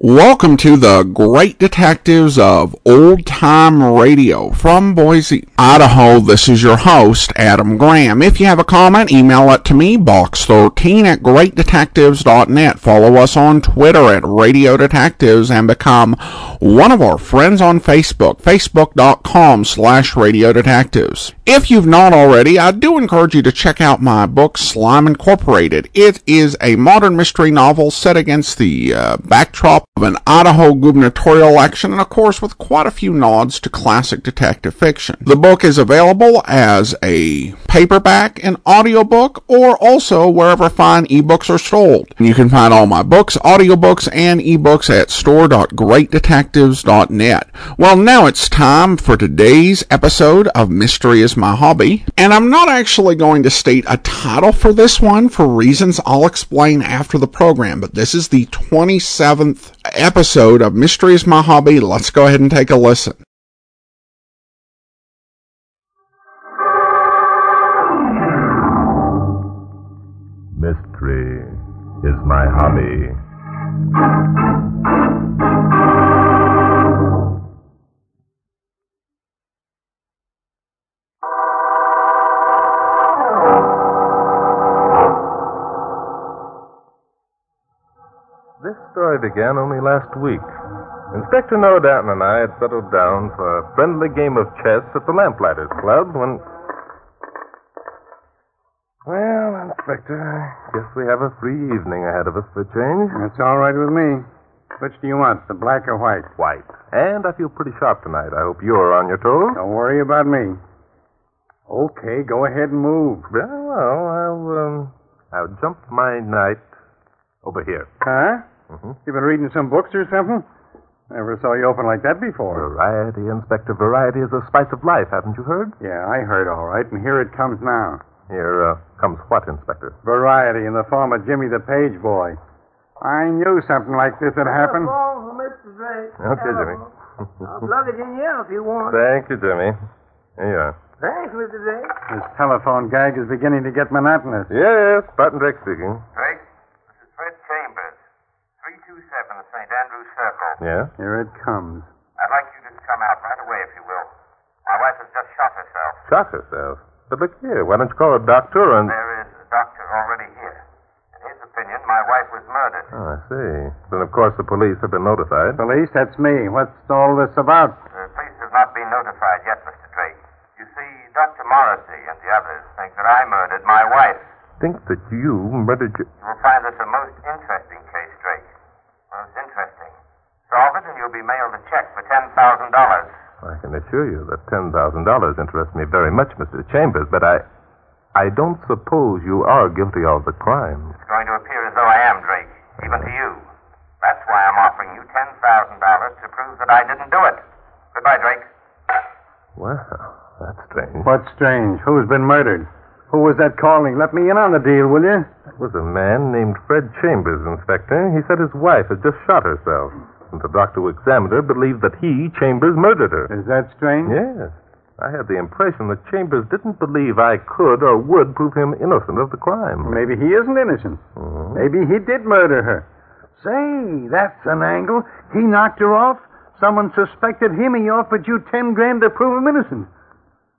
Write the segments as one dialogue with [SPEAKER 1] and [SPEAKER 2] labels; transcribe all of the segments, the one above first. [SPEAKER 1] Welcome to the Great Detectives of Old Time Radio from Boise, Idaho. This is your host, Adam Graham. If you have a comment, email it to me, box13 at greatdetectives.net. Follow us on Twitter at Radio Detectives and become one of our friends on Facebook, facebook.com slash Radio Detectives. If you've not already, I do encourage you to check out my book, Slime Incorporated. It is a modern mystery novel set against the uh, backdrop of an Idaho gubernatorial election and, of course, with quite a few nods to classic detective fiction. The book is available as a paperback, an audiobook, or also wherever fine ebooks are sold. You can find all my books, audiobooks, and ebooks at store.greatdetectives.net. Well, now it's time for today's episode of Mystery is my hobby. And I'm not actually going to state a title for this one for reasons I'll explain after the program, but this is the 27th episode of Mystery is my hobby. Let's go ahead and take a listen.
[SPEAKER 2] Mystery is my hobby. This story began only last week. Inspector Nordown and I had settled down for a friendly game of chess at the Lamplighters Club when. Well, Inspector, I guess we have a free evening ahead of us for a change.
[SPEAKER 3] That's all right with me. Which do you want, the black or white?
[SPEAKER 2] White. And I feel pretty sharp tonight. I hope you're on your toes.
[SPEAKER 3] Don't worry about me. Okay, go ahead and move.
[SPEAKER 2] Well, well, I'll, um, I'll jump my knight over here.
[SPEAKER 3] Huh?
[SPEAKER 2] Mhm.
[SPEAKER 3] You been reading some books or something? Never saw you open like that before.
[SPEAKER 2] Variety, Inspector. Variety is the spice of life, haven't you heard?
[SPEAKER 3] Yeah, I heard all right, and here it comes now.
[SPEAKER 2] Here uh, comes what, Inspector?
[SPEAKER 3] Variety in the form of Jimmy the Page Boy. I knew something like this would happen.
[SPEAKER 4] Phone for Mr. Drake.
[SPEAKER 2] Okay, Jimmy.
[SPEAKER 4] I'll plug it in here if you want.
[SPEAKER 2] Thank you, Jimmy. Here you are.
[SPEAKER 4] Thanks, Mr. Drake.
[SPEAKER 3] This telephone gag is beginning to get monotonous.
[SPEAKER 2] Yes, Barton Drake speaking.
[SPEAKER 5] Drake, this is Fred Chambers, 327 St. Andrew's Circle.
[SPEAKER 2] Yeah?
[SPEAKER 3] Here it comes.
[SPEAKER 5] I'd like you to come out right away, if you will. My wife has just shot herself.
[SPEAKER 2] Shot herself. But look here, why don't you call a doctor and...
[SPEAKER 5] There is a doctor already here. In his opinion, my wife was murdered.
[SPEAKER 2] Oh, I see. Then, of course, the police have been notified.
[SPEAKER 3] Police, that's me. What's all this about?
[SPEAKER 5] The police have not been notified yet, Mr. Drake. You see, Dr. Morrissey and the others think that I murdered my wife.
[SPEAKER 2] think that you murdered your...
[SPEAKER 5] You will find this a most interesting case, Drake. Most interesting. Solve it and you'll be mailed a check for $10,000.
[SPEAKER 2] I can assure you that $10,000 interests me very much, Mr. Chambers, but I... I don't suppose you are guilty of the crime.
[SPEAKER 5] It's going to appear as though I am, Drake, even to you. That's why I'm offering you $10,000 to prove that I didn't do it. Goodbye, Drake.
[SPEAKER 2] Well, that's strange.
[SPEAKER 3] What's strange? Who's been murdered? Who was that calling? Let me in on the deal, will you?
[SPEAKER 2] was a man named Fred Chambers, Inspector. He said his wife had just shot herself. And the doctor who examined her believed that he, Chambers, murdered her.
[SPEAKER 3] Is that strange?
[SPEAKER 2] Yes. I had the impression that Chambers didn't believe I could or would prove him innocent of the crime.
[SPEAKER 3] Maybe he isn't innocent.
[SPEAKER 2] Mhm.
[SPEAKER 3] Maybe he did murder her. Say, that's an angle. He knocked her off. Someone suspected him. He offered you ten grand to prove him innocent.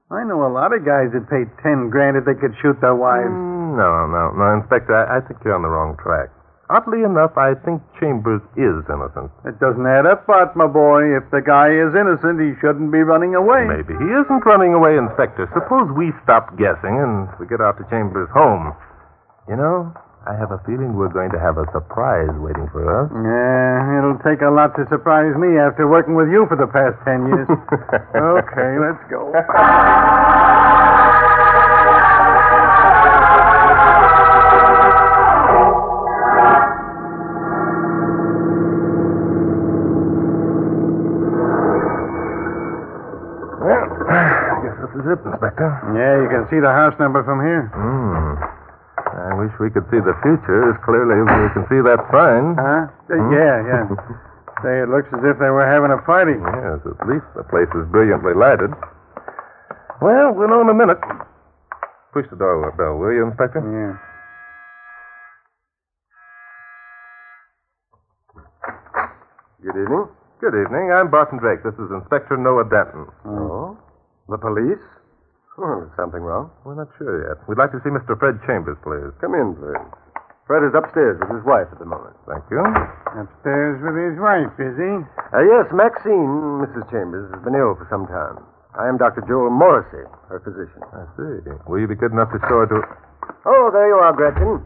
[SPEAKER 3] I know a lot of guys that paid ten grand if they could shoot their wives.
[SPEAKER 2] Mm, No, no, no, Inspector, I, I think you're on the wrong track. Oddly enough, I think Chambers is innocent.
[SPEAKER 3] It doesn't add up, Bart, my boy. If the guy is innocent, he shouldn't be running away.
[SPEAKER 2] Maybe he isn't running away, Inspector. Suppose we stop guessing and we get out to Chambers' home. You know, I have a feeling we're going to have a surprise waiting for us.
[SPEAKER 3] Yeah, Eh, it'll take a lot to surprise me after working with you for the past ten years. okay, let's go.
[SPEAKER 2] Well, I guess this is it, Inspector.
[SPEAKER 3] Yeah, you can see the house number from here.
[SPEAKER 2] Hmm. I wish we could see the future as clearly as we can see that sign.
[SPEAKER 3] Huh? Uh, Yeah, yeah. Say, it looks as if they were having a party.
[SPEAKER 2] Yes, at least the place is brilliantly lighted. Well, we'll know in a minute. Push the door bell, will you, Inspector?
[SPEAKER 3] Yeah.
[SPEAKER 6] Good evening. Good evening. I'm Barton Drake. This is Inspector Noah Denton.
[SPEAKER 3] Oh? The police?
[SPEAKER 2] Hmm,
[SPEAKER 6] Oh, is something wrong? We're not sure yet. We'd like to see Mr. Fred Chambers, please.
[SPEAKER 2] Come in, please. Fred is upstairs with his wife at the moment.
[SPEAKER 6] Thank you.
[SPEAKER 3] Upstairs with his wife, is he?
[SPEAKER 2] Uh, yes, Maxine, Mrs. Chambers, has been ill for some time. I am Dr. Joel Morrissey, her physician.
[SPEAKER 6] I see. Will you be good enough to show her to...
[SPEAKER 2] Oh, there you are, Gretchen.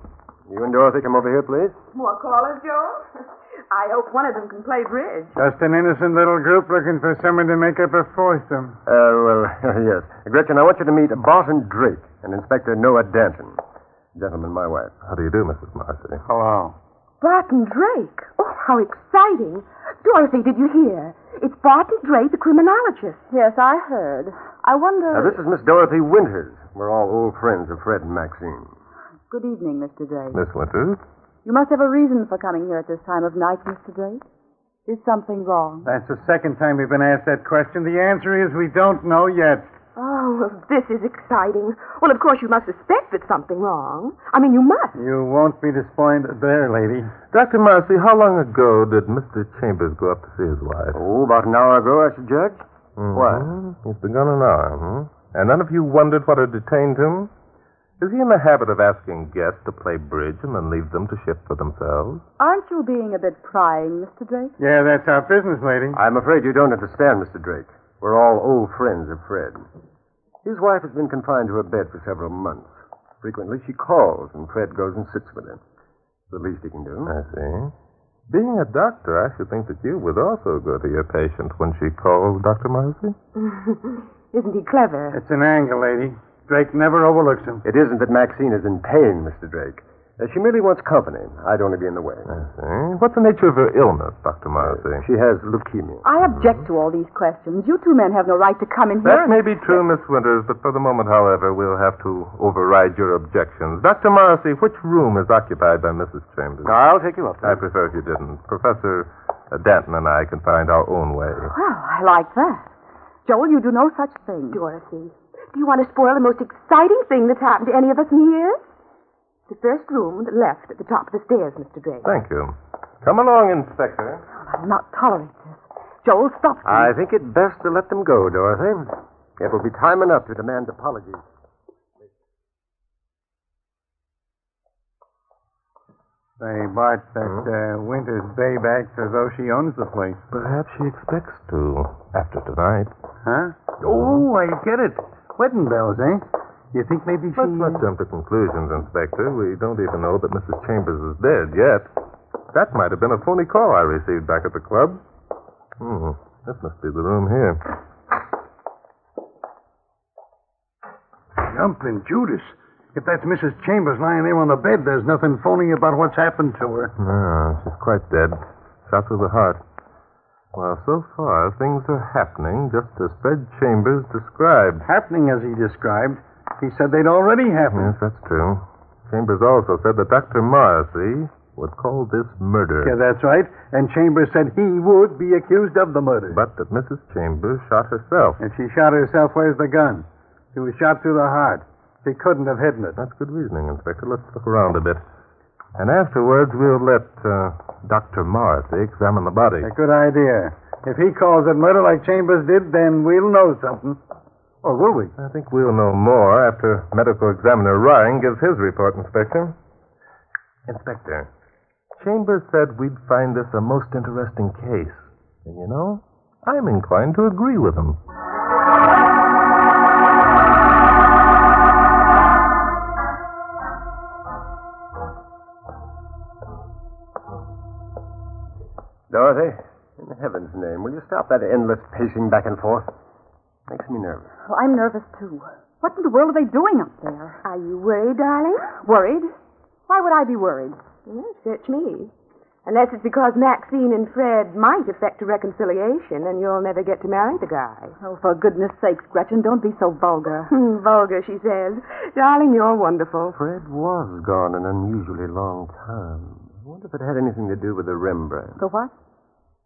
[SPEAKER 2] You and Dorothy come over here, please.
[SPEAKER 7] More callers, Joe? I hope one of them can play bridge.
[SPEAKER 3] Just an innocent little group looking for someone to make up a foursome.
[SPEAKER 2] Uh, well, yes. Gretchen, I want you to meet Barton Drake and Inspector Noah Danton. Gentlemen, my wife.
[SPEAKER 6] How do you do, Mrs. Marcy?
[SPEAKER 3] Hello.
[SPEAKER 8] Barton Drake. Oh, how exciting. Dorothy, did you hear? It's Barton Drake, the criminologist.
[SPEAKER 9] Yes, I heard. I wonder.
[SPEAKER 2] Now, Uh, this is Miss Dorothy Winters. We're all old friends of Fred and Maxine.
[SPEAKER 9] Good evening, Mr. Drake.
[SPEAKER 6] Miss Winters?
[SPEAKER 9] You must have a reason for coming here at this time of night, Mr. Drake. Is something wrong?
[SPEAKER 3] That's the second time we've been asked that question. The answer is we don't know yet.
[SPEAKER 8] Oh, well, this is exciting. Well, of course, you must suspect that something wrong. I mean, you must.
[SPEAKER 3] You won't be disappointed there, lady.
[SPEAKER 6] Dr. Marcy, how long ago did Mr. Chambers go up to see his wife? Mm-hmm.
[SPEAKER 2] Oh, about an hour ago, I should judge. What?
[SPEAKER 6] He's been gone an hour, hmm? And none of you wondered what had detained him? Is he in the habit of asking guests to play bridge and then leave them to shift for themselves?
[SPEAKER 9] Aren't you being a bit prying, Mr. Drake?
[SPEAKER 3] Yeah, that's our business, lady.
[SPEAKER 2] I'm afraid you don't understand, Mr. Drake. We're all old friends of Fred. His wife has been confined to her bed for several months. Frequently, she calls, and Fred goes and sits with her. The least he can do.
[SPEAKER 6] I see. Being a doctor, I should think that you would also go to your patient when she calls, Dr. Marcy.
[SPEAKER 8] Isn't he clever?
[SPEAKER 3] It's an angle, lady. Drake never overlooks him.
[SPEAKER 2] It isn't that Maxine is in pain, Mr. Drake. Uh, she merely wants company. I don't want to be in the way. Uh,
[SPEAKER 6] I see. What's the nature of her illness, Dr. Marcy?
[SPEAKER 2] She has leukemia.
[SPEAKER 9] I object to all these questions. You two men have no right to come in here.
[SPEAKER 6] That may be true, Miss Winters, but for the moment, however, we'll have to override your objections. Dr. Marcy, which room is occupied by Mrs. Chambers?
[SPEAKER 2] I'll take you up.
[SPEAKER 6] I prefer if you didn't. Professor uh, Danton and I can find our own way.
[SPEAKER 9] Well, I like that. Joel, you do no such thing.
[SPEAKER 8] Dorothy, do you want to spoil the most exciting thing that's happened to any of us in years? The first room on the left at the top of the stairs, Mr. Drake.
[SPEAKER 6] Uh, Thank you. Come along, Inspector.
[SPEAKER 8] I'll not tolerate this. Joel, stop. me.
[SPEAKER 2] I think it best to let them go, Dorothy. It will be time enough to demand apologies.
[SPEAKER 3] Say, Bart, that uh, Winter's babe acts as though she owns the place.
[SPEAKER 6] Perhaps she expects to after tonight.
[SPEAKER 3] Huh? Oh, I get it. Wedding bells, eh? You think maybe she...
[SPEAKER 6] Let's not jump to conclusions, Inspector. We don't even know that Mrs. Chambers is dead yet. That might have been a phony call I received back at the club. Hmm. This must be the room here.
[SPEAKER 3] Jumping Judas. If that's Mrs. Chambers lying there on the bed, there's nothing phony about what's happened to her.
[SPEAKER 6] No, Ah, she's quite dead. Shot through the heart. Well, so far, things are happening just as Fred Chambers described.
[SPEAKER 3] Happening as he described. He said they'd already happened.
[SPEAKER 6] Yes, that's true. Chambers also said that Dr. Morrissey would call this murder.
[SPEAKER 3] Yeah, that's right. And Chambers said he would be accused of the murder.
[SPEAKER 6] But that Mrs. Chambers shot herself.
[SPEAKER 3] If she shot herself, where's the gun? She was shot through the heart. She couldn't have hidden it.
[SPEAKER 6] That's good reasoning, Inspector. Let's look around a bit. And afterwards, we'll let uh, Dr. Morrissey examine the body.
[SPEAKER 3] A good idea. If he calls it murder like Chambers did, then we'll know something. Or will we?
[SPEAKER 6] I think we'll know more after medical examiner Ryan gives his report, Inspector. Inspector, Chambers said we'd find this a most interesting case. And you know, I'm inclined to agree with him.
[SPEAKER 2] Dorothy, in heaven's name, will you stop that endless pacing back and forth? Makes me nervous.
[SPEAKER 9] Well, I'm nervous, too. What in the world are they doing up there?
[SPEAKER 8] Are you worried, darling?
[SPEAKER 9] Worried? Why would I be worried?
[SPEAKER 8] Well, search me. Unless it's because Maxine and Fred might effect a reconciliation and you'll never get to marry the guy.
[SPEAKER 9] Oh, for goodness sakes, Gretchen, don't be so vulgar.
[SPEAKER 8] Hmm, Vulgar, she says. Darling, you're wonderful.
[SPEAKER 2] Fred was gone an unusually long time. I wonder if it had anything to do with the Rembrandt.
[SPEAKER 9] The what?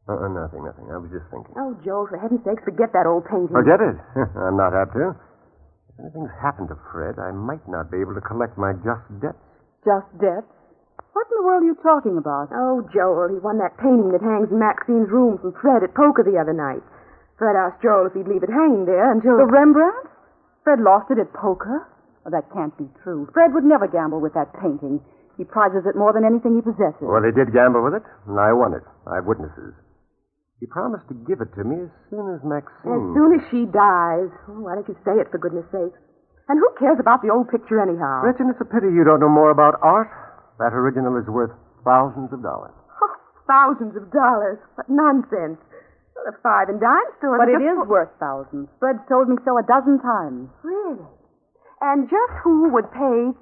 [SPEAKER 2] Uh-uh, nothing, nothing. I was just thinking.
[SPEAKER 8] Oh, Joel, for heaven's sake, forget that old painting.
[SPEAKER 2] Forget it. I'm not apt to. If anything's happened to Fred, I might not be able to collect my just debts.
[SPEAKER 9] Just debts? What in the world are you talking about?
[SPEAKER 8] Oh, Joel, he won that painting that hangs in Maxine's room from Fred at poker the other night. Fred asked Joel if he'd leave it hanging there until.
[SPEAKER 9] The Rembrandt? Fred lost it at poker? Oh, that can't be true. Fred would never gamble with that painting. He prizes it more than anything he possesses.
[SPEAKER 2] Well, he did gamble with it, and I won it. I have witnesses. He promised to give it to me as soon as Maxine.
[SPEAKER 8] As soon as she dies. Oh, why don't you say it, for goodness sake? And who cares about the old picture, anyhow?
[SPEAKER 2] Gretchen, it's a pity you don't know more about art. That original is worth thousands of dollars.
[SPEAKER 8] Oh, thousands of dollars? What nonsense. Well, a five and dime store.
[SPEAKER 9] But it is worth thousands. Fred's told me so a dozen times.
[SPEAKER 8] Really? And just who would pay.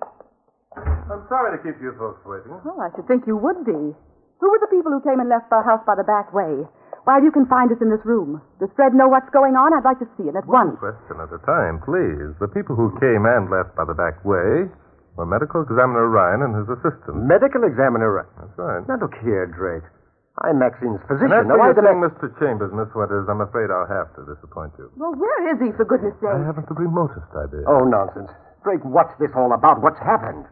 [SPEAKER 6] I'm sorry to keep you folks waiting.
[SPEAKER 9] Well, I should think you would be. Who were the people who came and left the house by the back way? While you can find us in this room. Does Fred know what's going on? I'd like to see it at
[SPEAKER 6] One
[SPEAKER 9] once.
[SPEAKER 6] question at a time, please. The people who came and left by the back way were Medical Examiner Ryan and his assistant.
[SPEAKER 2] Medical examiner.
[SPEAKER 6] That's right.
[SPEAKER 2] Now, look here, Drake. I'm Maxine's physician.
[SPEAKER 6] And as
[SPEAKER 2] Now,
[SPEAKER 6] for
[SPEAKER 2] why
[SPEAKER 6] your
[SPEAKER 2] did I-
[SPEAKER 6] thing, Mr. Chambers, Miss Winters, I'm afraid I'll have to disappoint you.
[SPEAKER 8] Well, where is he, for goodness
[SPEAKER 6] I
[SPEAKER 8] sake?
[SPEAKER 6] haven't the remotest idea.
[SPEAKER 2] Oh, nonsense. Drake, what's this all about? What's happened?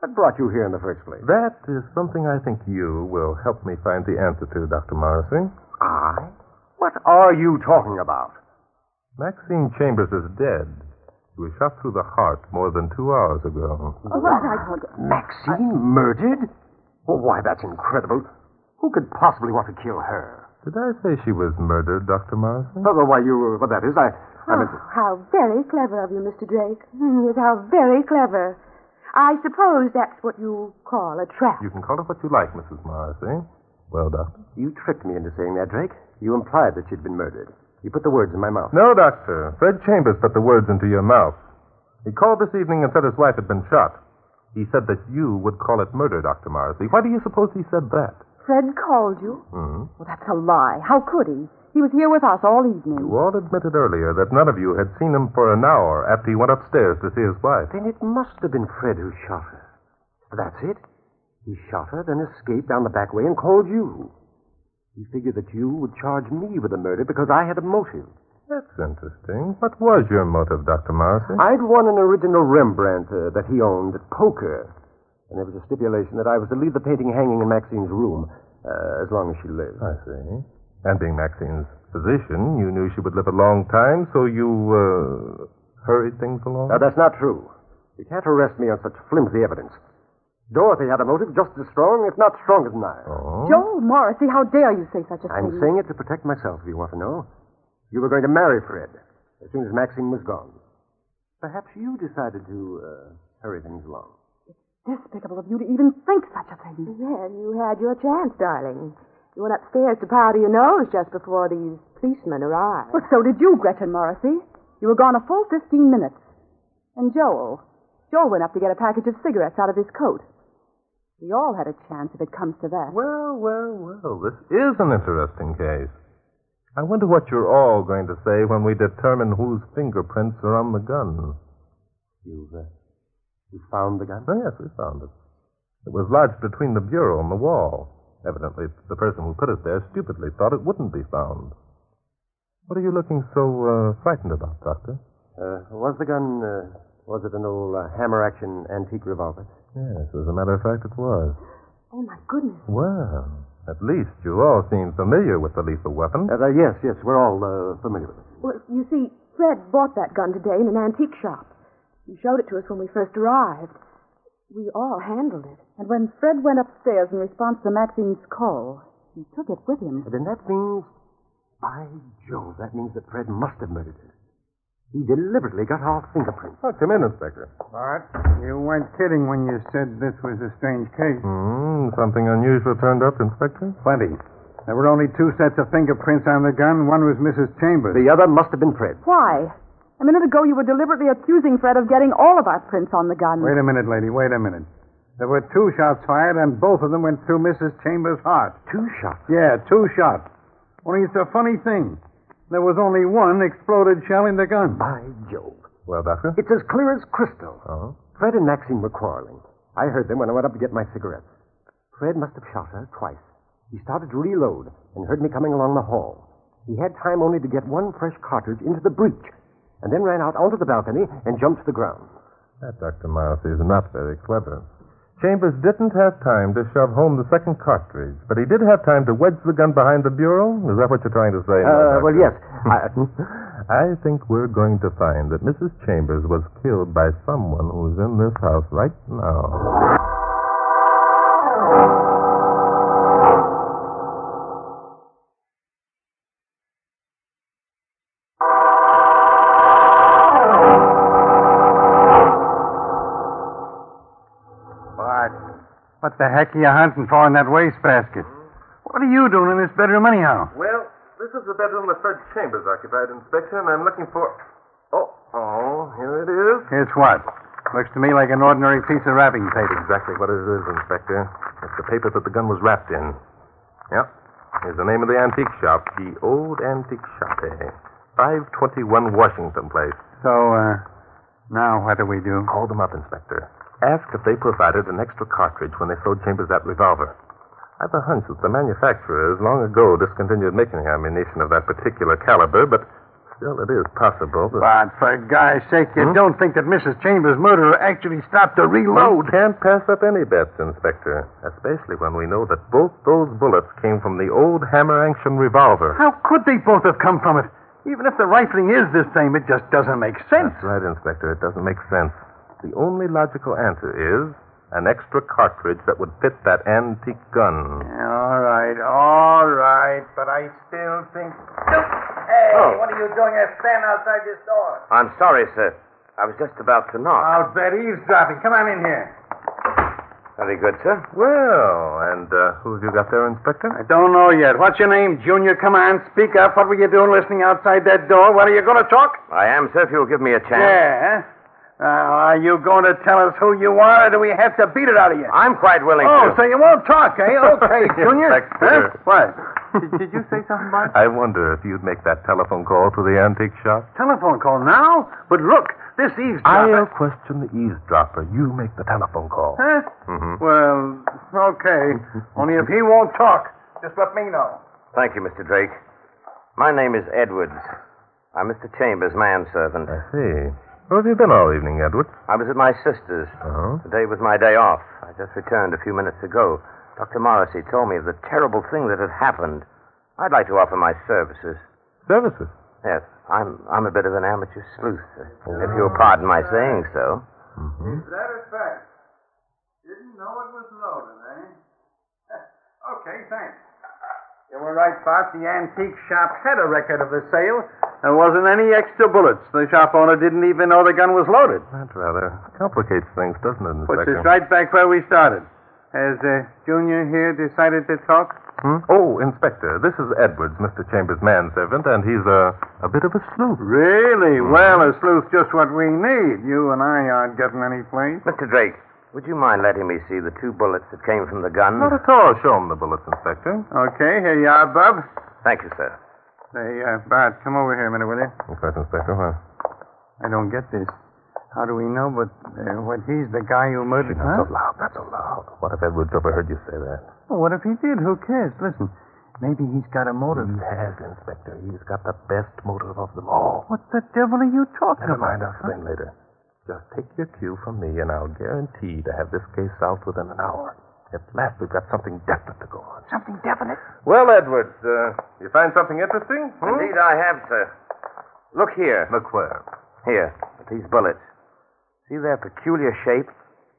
[SPEAKER 2] What brought you here in the first place?
[SPEAKER 6] That is something I think you will help me find the answer to, Dr. Morrissey.
[SPEAKER 2] I? What are you talking about?
[SPEAKER 6] Maxine Chambers is dead. She was shot through the heart more than two hours ago.
[SPEAKER 9] Oh, well, I-
[SPEAKER 2] Maxine murdered? Well, why, that's incredible. Who could possibly want to kill her?
[SPEAKER 6] Did I say she was murdered, Dr. Morrissey?
[SPEAKER 2] Oh, why, you. Well, that is, I. I
[SPEAKER 8] Oh,
[SPEAKER 2] meant to-
[SPEAKER 8] how very clever of you, Mr. Drake. Hmm, Yes, how very clever. I suppose that's what you call a trap.
[SPEAKER 6] You can call it what you like, Mrs. Morrissey. Well, Doctor?
[SPEAKER 2] You tricked me into saying that, Drake. You implied that she'd been murdered. You put the words in my mouth.
[SPEAKER 6] No, Doctor. Fred Chambers put the words into your mouth. He called this evening and said his wife had been shot. He said that you would call it murder, Dr. Morrissey. Why do you suppose he said that?
[SPEAKER 9] Fred called you?
[SPEAKER 6] Hmm?
[SPEAKER 9] Well, that's a lie. How could he? He was here with us all evening.
[SPEAKER 6] You all admitted earlier that none of you had seen him for an hour after he went upstairs to see his wife.
[SPEAKER 2] Then it must have been Fred who shot her. That's it. He shot her, then escaped down the back way and called you. He figured that you would charge me with the murder because I had a motive.
[SPEAKER 6] That's interesting. What was your motive, Dr. Morrissey?
[SPEAKER 2] I'd won an original Rembrandt uh, that he owned at poker, and there was a stipulation that I was to leave the painting hanging in Maxine's room uh, as long as she lived.
[SPEAKER 6] I see. And being Maxine's physician, you knew she would live a long time, so you, uh, hurried things along?
[SPEAKER 2] Now, that's not true. You can't arrest me on such flimsy evidence. Dorothy had a motive just as strong, if not stronger than I.
[SPEAKER 6] Oh.
[SPEAKER 9] Joel Morrissey, how dare you say such a
[SPEAKER 2] I'm
[SPEAKER 9] thing?
[SPEAKER 2] saying it to protect myself, if you want to know. You were going to marry Fred as soon as Maxine was gone. Perhaps you decided to uh, hurry things along.
[SPEAKER 9] Despicable of you to even think such a thing.
[SPEAKER 8] Well, you had your chance, darling. You went upstairs to powder your nose just before these policemen arrived.
[SPEAKER 9] Well, so did you, Gretchen Morrissey. You were gone a full 15 minutes. And Joel. Joel went up to get a package of cigarettes out of his coat. We all had a chance if it comes to that.
[SPEAKER 6] Well, well, well, this is an interesting case. I wonder what you're all going to say when we determine whose fingerprints are on the gun.
[SPEAKER 2] You've, uh, you found the gun?
[SPEAKER 6] Oh, yes, we found it. It was lodged between the bureau and the wall. Evidently, the person who put it there stupidly thought it wouldn't be found. What are you looking so uh, frightened about, Doctor?
[SPEAKER 2] Uh, was the gun, uh, was it an old uh, hammer action antique revolver?
[SPEAKER 6] Yes, as a matter of fact, it was.
[SPEAKER 8] Oh, my goodness.
[SPEAKER 6] Well, at least you all seem familiar with the lethal weapon.
[SPEAKER 2] Uh, uh, yes, yes, we're all uh, familiar with it.
[SPEAKER 8] Well, you see, Fred bought that gun today in an antique shop. He showed it to us when we first arrived. We all handled it.
[SPEAKER 9] And when Fred went upstairs in response to Maxine's call, he took it with him.
[SPEAKER 2] Then that means, by Jove, that means that Fred must have murdered her. He deliberately got our fingerprints.
[SPEAKER 6] Oh, come in, Inspector.
[SPEAKER 3] Bart, you weren't kidding when you said this was a strange case.
[SPEAKER 6] Hmm, something unusual turned up, Inspector?
[SPEAKER 3] Plenty. There were only two sets of fingerprints on the gun. One was Mrs. Chambers.
[SPEAKER 2] The other must have been Fred.
[SPEAKER 9] Why? A minute ago, you were deliberately accusing Fred of getting all of our prints on the gun.
[SPEAKER 3] Wait a minute, lady. Wait a minute. There were two shots fired, and both of them went through Mrs. Chambers' heart.
[SPEAKER 2] Two shots.
[SPEAKER 3] Yeah, two shots. Only it's a funny thing. There was only one exploded shell in the gun.
[SPEAKER 2] By Jove.
[SPEAKER 6] Well, Doctor?
[SPEAKER 2] It's as clear as crystal.
[SPEAKER 6] Oh?
[SPEAKER 2] Fred and Maxine were quarreling. I heard them when I went up to get my cigarettes. Fred must have shot her twice. He started to reload and heard me coming along the hall. He had time only to get one fresh cartridge into the breech and then ran out onto the balcony and jumped to the ground.
[SPEAKER 6] That Dr. Morrissey is not very clever. Chambers didn't have time to shove home the second cartridge, but he did have time to wedge the gun behind the bureau? Is that what you're trying to say?
[SPEAKER 2] Uh, well, yes. I-
[SPEAKER 6] I think we're going to find that Mrs. Chambers was killed by someone who's in this house right now.
[SPEAKER 3] Bart, what the heck are you hunting for in that wastebasket? What are you doing in this bedroom anyhow?
[SPEAKER 6] Well, this is the bedroom that Fred Chambers occupied, Inspector, and I'm looking for. Oh, oh, here it is.
[SPEAKER 3] It's what? Looks to me like an ordinary piece of wrapping paper.
[SPEAKER 6] Exactly what it is, Inspector. It's the paper that the gun was wrapped in. Yep. Here's the name of the antique shop. The Old Antique Shop, eh? 521 Washington Place.
[SPEAKER 3] So, uh, now what do we do?
[SPEAKER 6] Call them up, Inspector. Ask if they provided an extra cartridge when they sold Chambers that revolver. I've a hunch that the manufacturer has long ago discontinued making ammunition of that particular caliber, but still it is possible that...
[SPEAKER 3] But for God's sake, you
[SPEAKER 6] Hmm?
[SPEAKER 3] don't think that Mrs. Chambers' murderer actually stopped to reload.
[SPEAKER 6] We can't pass up any bets, Inspector. Especially when we know that both those bullets came from the old hammer action revolver.
[SPEAKER 3] How could they both have come from it? Even if the rifling is the same, it just doesn't make sense.
[SPEAKER 6] That's right, Inspector. It doesn't make sense. The only logical answer is an extra cartridge that would fit that antique gun.
[SPEAKER 3] All right, all right, but I still think.
[SPEAKER 4] Hey,
[SPEAKER 5] Oh.
[SPEAKER 4] what are you doing there standing outside this door?
[SPEAKER 5] I'm sorry, sir. I was just about to knock.
[SPEAKER 3] I'll bet eavesdropping. Come on in here.
[SPEAKER 5] Very good, sir.
[SPEAKER 6] Well, and uh, who have you got there,
[SPEAKER 3] I
[SPEAKER 6] Inspector?
[SPEAKER 3] don't know yet. What's your name, Junior? Come on, speak up. What were you doing listening outside that door? What are you going to talk?
[SPEAKER 5] I am, sir, if you'll give me a chance.
[SPEAKER 3] Yeah. Now, are you going to tell us who you are, or do we have to beat it out of you?
[SPEAKER 5] I'm quite willing
[SPEAKER 3] Oh,
[SPEAKER 5] to.
[SPEAKER 3] so you won't talk, eh? Okay, Junior.
[SPEAKER 6] Inspector.
[SPEAKER 3] Huh? What? Did, did you say something, Bart?
[SPEAKER 6] I wonder if you'd make that telephone call to the antique shop.
[SPEAKER 3] Telephone call now? But look, this eavesdropper.
[SPEAKER 6] I'll question the eavesdropper. You make the telephone call.
[SPEAKER 3] Huh?
[SPEAKER 5] Mm-hmm.
[SPEAKER 6] Mhm.
[SPEAKER 3] Well, okay. Only if he won't talk, just let me know.
[SPEAKER 5] Thank you, Mr. Drake. My name is Edwards. I'm Mr. Chambers' manservant.
[SPEAKER 6] I see. Where have you been all evening, Edward?
[SPEAKER 5] I was at my sister's.
[SPEAKER 6] Uh-huh.
[SPEAKER 5] Today was my day off. I just returned a few minutes ago. Dr. Morrissey told me of the terrible thing that had happened. I'd like to offer my services.
[SPEAKER 6] Services.
[SPEAKER 5] Yes, I'm, I'm a bit of an amateur sleuth, sir, if you'll pardon my saying so.
[SPEAKER 6] Mm-hmm.
[SPEAKER 3] Is that a fact? Didn't know it was loaded, eh? okay, thanks. You were right, Bart. The antique shop had a record of the sale. There wasn't any extra bullets. The shop owner didn't even know the gun was loaded.
[SPEAKER 6] That rather complicates things, doesn't it,
[SPEAKER 3] Puts
[SPEAKER 6] Inspector?
[SPEAKER 3] us right back where we started. Has uh, Junior here decided to talk?
[SPEAKER 6] Hmm? Oh, Inspector, this is Edwards, Mr. Chambers' manservant, and he's a, a bit of a sleuth.
[SPEAKER 3] Really? Well, a sleuth, just what we need. You and I aren't getting any place.
[SPEAKER 5] Mr. Drake, would you mind letting me see the two bullets that came from the gun?
[SPEAKER 6] Not at all. Show him the bullets, Inspector.
[SPEAKER 3] Okay, here you are, Bub.
[SPEAKER 5] Thank you, sir.
[SPEAKER 3] Say, uh, Bart, come over here a minute, will you?
[SPEAKER 6] Of course, Inspector. Well,
[SPEAKER 3] I don't get this. How do we know but uh, what he's the guy who murdered
[SPEAKER 6] Not
[SPEAKER 3] huh?
[SPEAKER 6] so loud. Not so loud. What if Edwards overheard you say that?
[SPEAKER 3] Well, what if he did? Who cares? Listen, maybe he's got a motive.
[SPEAKER 6] He has, Inspector. He's got the best motive of them all.
[SPEAKER 3] What the devil are you talking
[SPEAKER 6] Never
[SPEAKER 3] about?
[SPEAKER 6] mind. I'll explain later. Just take your cue from me, and I'll guarantee to have this case solved within an hour. At last, we've got something definite to go on.
[SPEAKER 3] Something definite?
[SPEAKER 6] Well, Edwards, uh, you find something interesting? Hmm?
[SPEAKER 5] Indeed, I have, sir. Look here.
[SPEAKER 6] Look where.
[SPEAKER 5] Here, at these bullets. See their peculiar shape?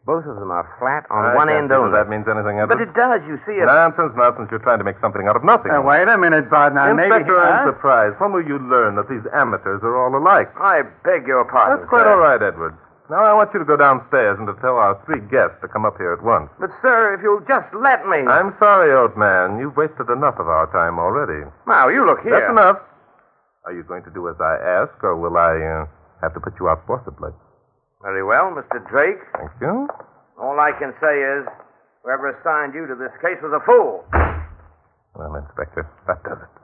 [SPEAKER 5] Both of them are flat on
[SPEAKER 6] I
[SPEAKER 5] one
[SPEAKER 6] can't
[SPEAKER 5] end
[SPEAKER 6] see that
[SPEAKER 5] only.
[SPEAKER 6] That means anything, Edwards.
[SPEAKER 5] But it does, you see it.
[SPEAKER 6] Nonsense, nonsense. You're trying to make something out of nothing.
[SPEAKER 3] Now, wait a minute, Bart. Now, maybe...
[SPEAKER 6] Inspector,
[SPEAKER 3] Huh?
[SPEAKER 6] I'm surprised. When will you learn that these amateurs are all alike?
[SPEAKER 5] I beg your pardon.
[SPEAKER 6] That's quite
[SPEAKER 5] sir.
[SPEAKER 6] all right, Edward. Now I want you to go downstairs and to tell our three guests to come up here at once.
[SPEAKER 5] But, sir, if you'll just let me.
[SPEAKER 6] I'm sorry, old man. You've wasted enough of our time already.
[SPEAKER 5] Now, you look here.
[SPEAKER 6] That's enough. Are you going to do as I ask, or will I uh, have to put you out forcibly?
[SPEAKER 5] Very well, Mr. Drake.
[SPEAKER 6] Thank you.
[SPEAKER 5] All I can say is whoever assigned you to this case was a fool.
[SPEAKER 6] Well, Inspector, that does it.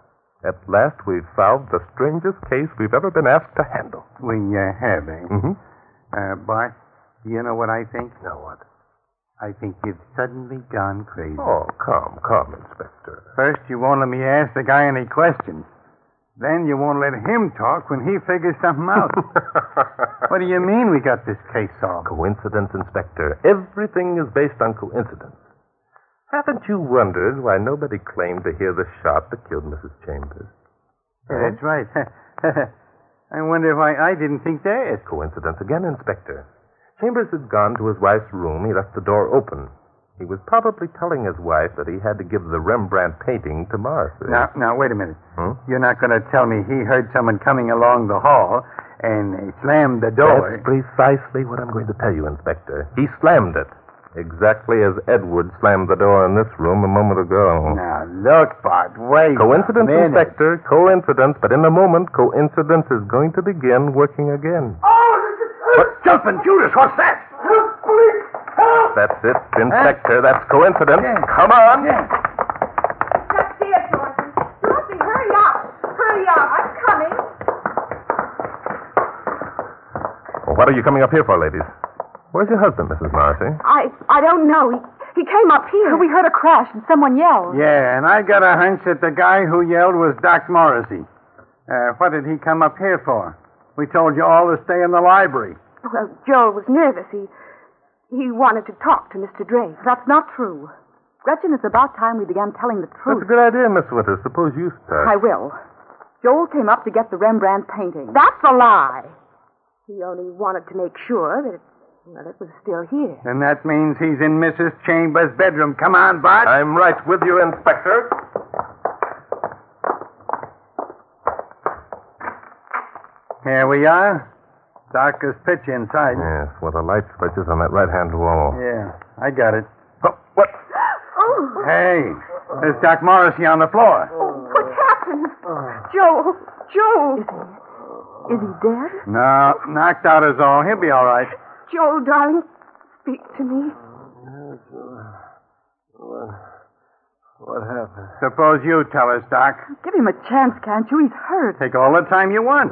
[SPEAKER 6] At last, we've solved the strangest case we've ever been asked to handle.
[SPEAKER 3] We uh, have, eh?
[SPEAKER 6] Mm-hmm.
[SPEAKER 3] Uh, Bart, do you know what I think?
[SPEAKER 6] Now what?
[SPEAKER 3] I think you've suddenly gone crazy.
[SPEAKER 6] Oh, come, come, Inspector.
[SPEAKER 3] First, you won't let me ask the guy any questions. Then you won't let him talk when he figures something out. What do you mean we got this case solved?
[SPEAKER 6] Coincidence, Inspector. Everything is based on coincidence. Haven't you wondered why nobody claimed to hear the shot that killed Mrs. Chambers?
[SPEAKER 3] Yeah, that's right. I wonder why I didn't think that.
[SPEAKER 6] Coincidence again, Inspector. Chambers had gone to his wife's room. He left the door open. He was probably telling his wife that he had to give the Rembrandt painting to Morrissey.
[SPEAKER 3] Now, now, wait a minute.
[SPEAKER 6] Hmm?
[SPEAKER 3] You're not going to tell me he heard someone coming along the hall and they slammed the door.
[SPEAKER 6] That's precisely what I'm going to tell you, Inspector. He slammed it. Exactly as Edward slammed the door in this room a moment ago.
[SPEAKER 3] Now, look, Bart, wait. a
[SPEAKER 6] Coincidence,
[SPEAKER 3] minute.
[SPEAKER 6] Inspector. Coincidence. But in a moment, coincidence is going to begin working again.
[SPEAKER 4] What?
[SPEAKER 3] Jumping Judas, what's that?
[SPEAKER 4] Help, police! Help!
[SPEAKER 6] That's it, Inspector. That's coincidence.
[SPEAKER 3] Yeah.
[SPEAKER 6] Come on.
[SPEAKER 8] That's it, Dorothy. Dorothy, hurry up. Hurry up. I'm coming.
[SPEAKER 6] Well, what are you coming up here for, ladies? Where's your husband, Mrs. Morrissey?
[SPEAKER 8] I I don't know. He, he came up here.
[SPEAKER 9] We heard a crash and someone yelled.
[SPEAKER 3] Yeah, and I got a hunch that the guy who yelled was Doc Morrissey. Uh, what did he come up here for? We told you all to stay in the library.
[SPEAKER 8] Well, Joel was nervous. He he wanted to talk to Mr. Drake.
[SPEAKER 9] That's not true. Gretchen, it's about time we began telling the
[SPEAKER 6] That's
[SPEAKER 9] truth.
[SPEAKER 6] a good idea, Miss Winters. Suppose you start.
[SPEAKER 9] I will. Joel came up to get the Rembrandt painting.
[SPEAKER 8] That's a lie. He only wanted to make sure that it, well, it was still here.
[SPEAKER 3] And that means he's in Mrs. Chambers' bedroom. Come on, Bart.
[SPEAKER 6] I'm right with you, Inspector.
[SPEAKER 3] Here we are. Doctor's pitch inside.
[SPEAKER 6] Yes, well, the light switch is on that right hand wall.
[SPEAKER 3] Yeah, I got it.
[SPEAKER 6] Oh, what?
[SPEAKER 8] Oh,
[SPEAKER 3] Hey, there's Doc Morrissey on the floor.
[SPEAKER 8] what's happened? Joel, Joel. Is he, is he dead?
[SPEAKER 3] No, knocked out is all. He'll be all right.
[SPEAKER 8] Joel, darling, speak to me.
[SPEAKER 2] What, what happened?
[SPEAKER 3] Suppose you tell us, Doc.
[SPEAKER 9] Give him a chance, can't you? He's hurt.
[SPEAKER 3] Take all the time you want.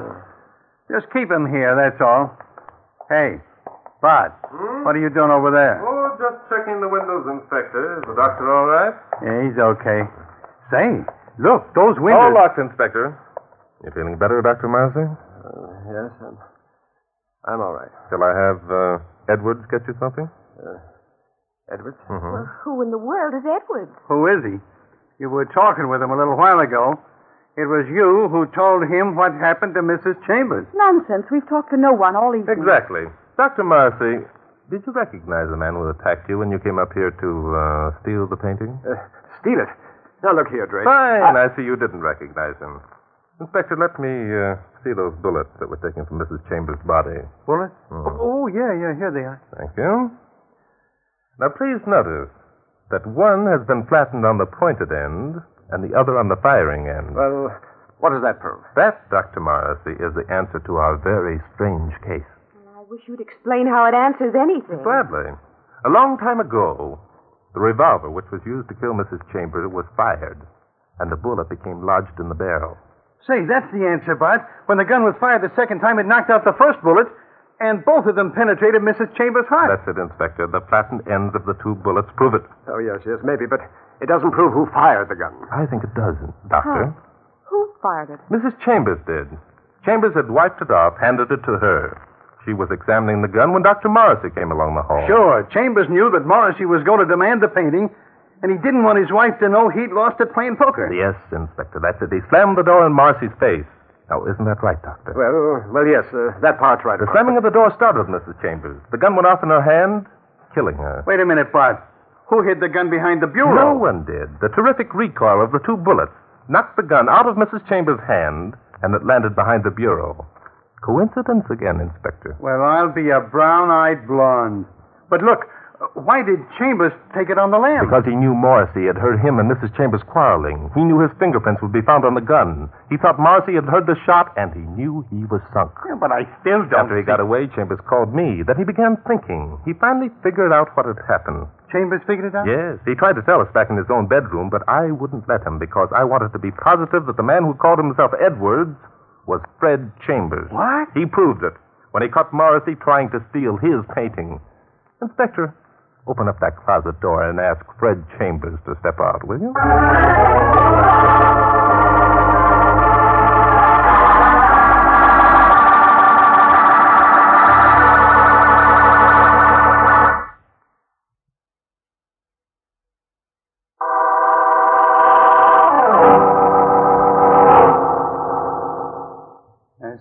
[SPEAKER 3] Just keep him here, that's all. Hey, Bart, what are you doing over there?
[SPEAKER 6] Hmm? Oh, just checking the windows, Inspector. Is the doctor all right?
[SPEAKER 3] Yeah, he's okay. Say, look, those
[SPEAKER 6] All
[SPEAKER 3] windows.
[SPEAKER 6] locked, Inspector. You feeling better, Dr. Marcy?
[SPEAKER 2] Uh, yes, I'm, I'm all right.
[SPEAKER 6] Shall I have uh, Edwards get you something?
[SPEAKER 3] Uh,
[SPEAKER 2] Edwards?
[SPEAKER 6] Mm-hmm.
[SPEAKER 8] Who in the world is Edwards?
[SPEAKER 3] Who is he? You were talking with him a little while ago. It was you who told him what happened to Mrs. Chambers.
[SPEAKER 9] Nonsense. We've talked to no one all evening.
[SPEAKER 6] Exactly. Dr. Marcy, did you recognize the man who attacked you when you came up here to uh, steal the painting?
[SPEAKER 2] Uh, steal it. Now, look here,
[SPEAKER 6] Uh.
[SPEAKER 2] Drake.
[SPEAKER 6] Fine. I see you didn't recognize him. Inspector, let me uh, see those bullets that were taken from Mrs. Chambers' body.
[SPEAKER 3] Bullets?
[SPEAKER 6] Hmm.
[SPEAKER 3] Oh, yeah, yeah, here they are.
[SPEAKER 6] Thank you. Now, please notice that one has been flattened on the pointed end and the other on the firing end.
[SPEAKER 2] Well, Uh, what does that prove?
[SPEAKER 6] that, Dr. Morrissey, is the answer to our very strange case.
[SPEAKER 8] Well, I wish you'd explain how it answers anything.
[SPEAKER 6] Gladly. A long time ago, the revolver which was used to kill Mrs. Chambers was fired, and the bullet became lodged in the barrel.
[SPEAKER 3] Say, that's the answer, Bart. When the gun was fired the second time, it knocked out the first bullet, and both of them penetrated Mrs. Chambers' heart.
[SPEAKER 6] That's it, Inspector. The flattened ends of the two bullets prove it.
[SPEAKER 2] Oh, yes, yes, maybe, but it doesn't prove who fired the gun.
[SPEAKER 6] I think it does, Doctor.
[SPEAKER 9] Who fired it?
[SPEAKER 6] Mrs. Chambers did. Chambers had wiped it off, handed it to her. She was examining the gun when Dr. Morrissey came along the hall.
[SPEAKER 3] Sure, Chambers knew that Morrissey was going to demand the painting, and he didn't want his wife to know he'd lost at playing poker.
[SPEAKER 6] Yes, Inspector, that's it. He slammed the door in Morrissey's face. Now, isn't that right, Doctor?
[SPEAKER 2] Well, well, yes, uh, that part's right.
[SPEAKER 6] the slamming of the door startled Mrs. Chambers. The gun went off in her hand, killing her.
[SPEAKER 3] Wait a minute, Bart. Who hid the gun behind the
[SPEAKER 6] No
[SPEAKER 3] bureau?
[SPEAKER 6] one did. The terrific recoil of the two bullets knocked the gun out of Mrs. Chambers' hand, and it landed behind the bureau. Coincidence again, Inspector.
[SPEAKER 3] Well, I'll be a brown-eyed blonde. But look, uh, why did Chambers take it on the lamp?
[SPEAKER 6] Because he knew Morrissey had heard him and Mrs. Chambers quarreling. He knew his fingerprints would be found on the gun. He thought Morrissey had heard the shot, and he knew he was sunk.
[SPEAKER 3] Yeah, but I still don't
[SPEAKER 6] After he got away, Chambers called me. Then he began thinking. He finally figured out what had happened.
[SPEAKER 3] Chambers figured it out?
[SPEAKER 6] Yes, he tried to tell us back in his own bedroom, but I wouldn't let him because I wanted to be positive that the man who called himself Edwards was Fred Chambers.
[SPEAKER 3] What?
[SPEAKER 6] He proved it when he caught Morrissey trying to steal his painting. Inspector, open up that closet door and ask Fred Chambers to step out, will you?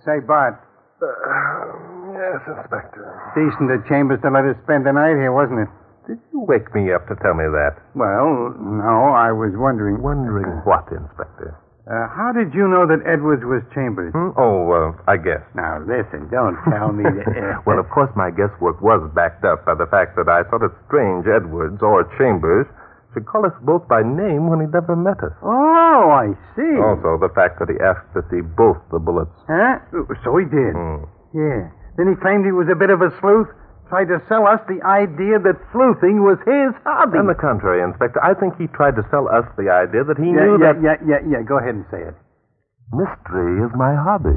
[SPEAKER 3] Say, Bart,
[SPEAKER 6] Uh, yes, Inspector.
[SPEAKER 3] decent of Chambers to let us spend the night here, wasn't it?
[SPEAKER 6] Did you wake me up to tell me that?
[SPEAKER 3] Well, no, I was wondering.
[SPEAKER 6] Wondering what, Inspector?
[SPEAKER 3] Uh, how did you know that Edwards was Chambers?
[SPEAKER 6] Hmm? Oh, uh, I guess.
[SPEAKER 3] Now, listen, don't tell me that. uh,
[SPEAKER 6] well, of course, my guesswork was backed up by the fact that I thought it strange Edwards or Chambers should call us both by name when he never met us.
[SPEAKER 3] Oh, I see.
[SPEAKER 6] Also, the fact that he asked to see both the bullets.
[SPEAKER 3] Huh? So he did.
[SPEAKER 6] Hmm.
[SPEAKER 3] Yeah. Then he claimed he was a bit of a sleuth. Tried to sell us the idea that sleuthing was his hobby.
[SPEAKER 6] On the contrary, Inspector, I think he tried to sell us the idea that he
[SPEAKER 3] yeah,
[SPEAKER 6] knew
[SPEAKER 3] yeah,
[SPEAKER 6] that
[SPEAKER 3] yeah, yeah, yeah. Go ahead and say it.
[SPEAKER 6] mystery is my hobby.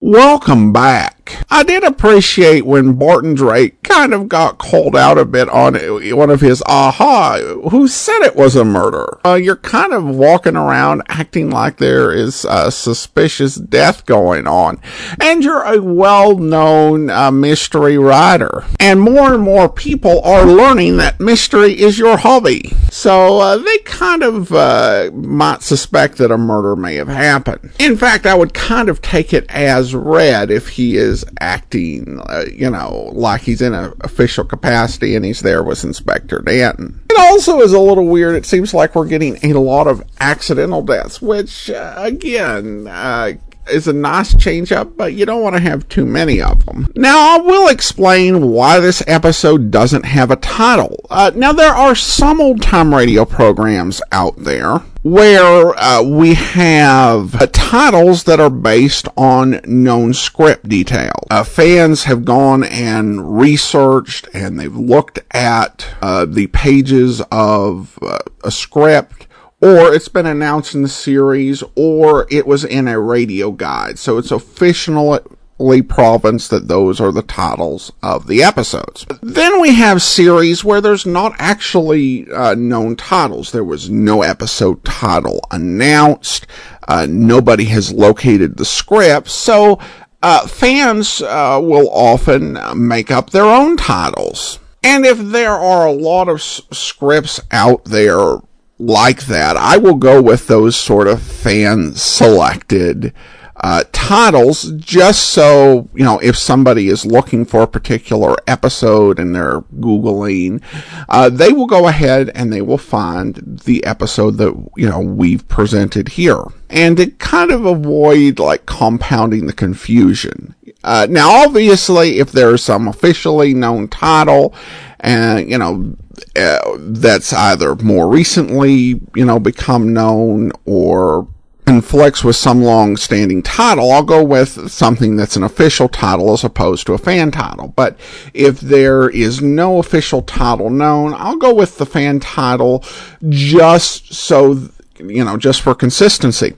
[SPEAKER 1] Welcome back. I did appreciate when Barton Drake kind of got called out a bit on one of his aha, who said it was a murder. Uh, you're kind of walking around acting like there is a suspicious death going on, and you're a well known uh, mystery writer. And more and more people are learning that mystery is your hobby. So uh, they kind of uh, might suspect that a murder may have happened. In fact, I would kind of take it as read if he is acting, uh, you know, like he's in an official capacity and he's there with Inspector Danton. It also is a little weird. It seems like we're getting a lot of accidental deaths, which, uh, again, uh, is a nice change up, but you don't want to have too many of them. Now, I will explain why this episode doesn't have a title. Uh, now, there are some old time radio programs out there where uh, we have uh, titles that are based on known script detail. Uh, fans have gone and researched and they've looked at uh, the pages of uh, a script or it's been announced in the series, or it was in a radio guide. So it's officially province that those are the titles of the episodes. Then we have series where there's not actually uh, known titles. There was no episode title announced. Uh, nobody has located the script. So uh, fans uh, will often uh, make up their own titles. And if there are a lot of s- scripts out there like that, I will go with those sort of fan selected uh, titles just so, you know, if somebody is looking for a particular episode and they're Googling, uh, they will go ahead and they will find the episode that, you know, we've presented here. And to kind of avoid like compounding the confusion. Uh, now, obviously, if there is some officially known title and, you know, uh, that's either more recently, you know, become known or conflicts with some long-standing title, I'll go with something that's an official title as opposed to a fan title. But if there is no official title known, I'll go with the fan title just so th- you know, just for consistency.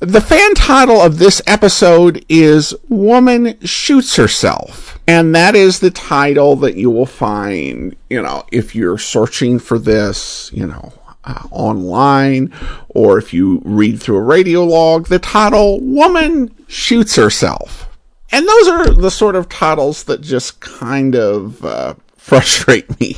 [SPEAKER 1] The fan title of this episode is Woman Shoots Herself. And that is the title that you will find, you know, if you're searching for this, you know, uh, online or if you read through a radio log, the title Woman Shoots Herself. And those are the sort of titles that just kind of uh, frustrate me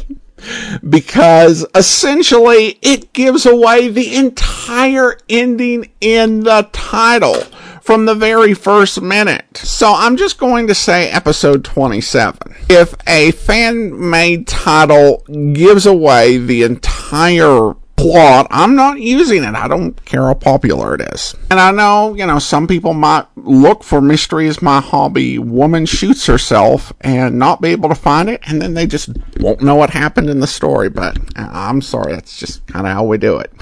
[SPEAKER 1] because essentially it gives away the entire ending in the title from the very first minute. So I'm just going to say episode 27. If a fan made title gives away the entire plot. I'm not using it. I don't care how popular it is. And I know, you know, some people might look for mystery as my hobby. Woman shoots herself and not be able to find it, and then they just won't know what happened in the story. But uh, I'm sorry, that's just kind of how we do it.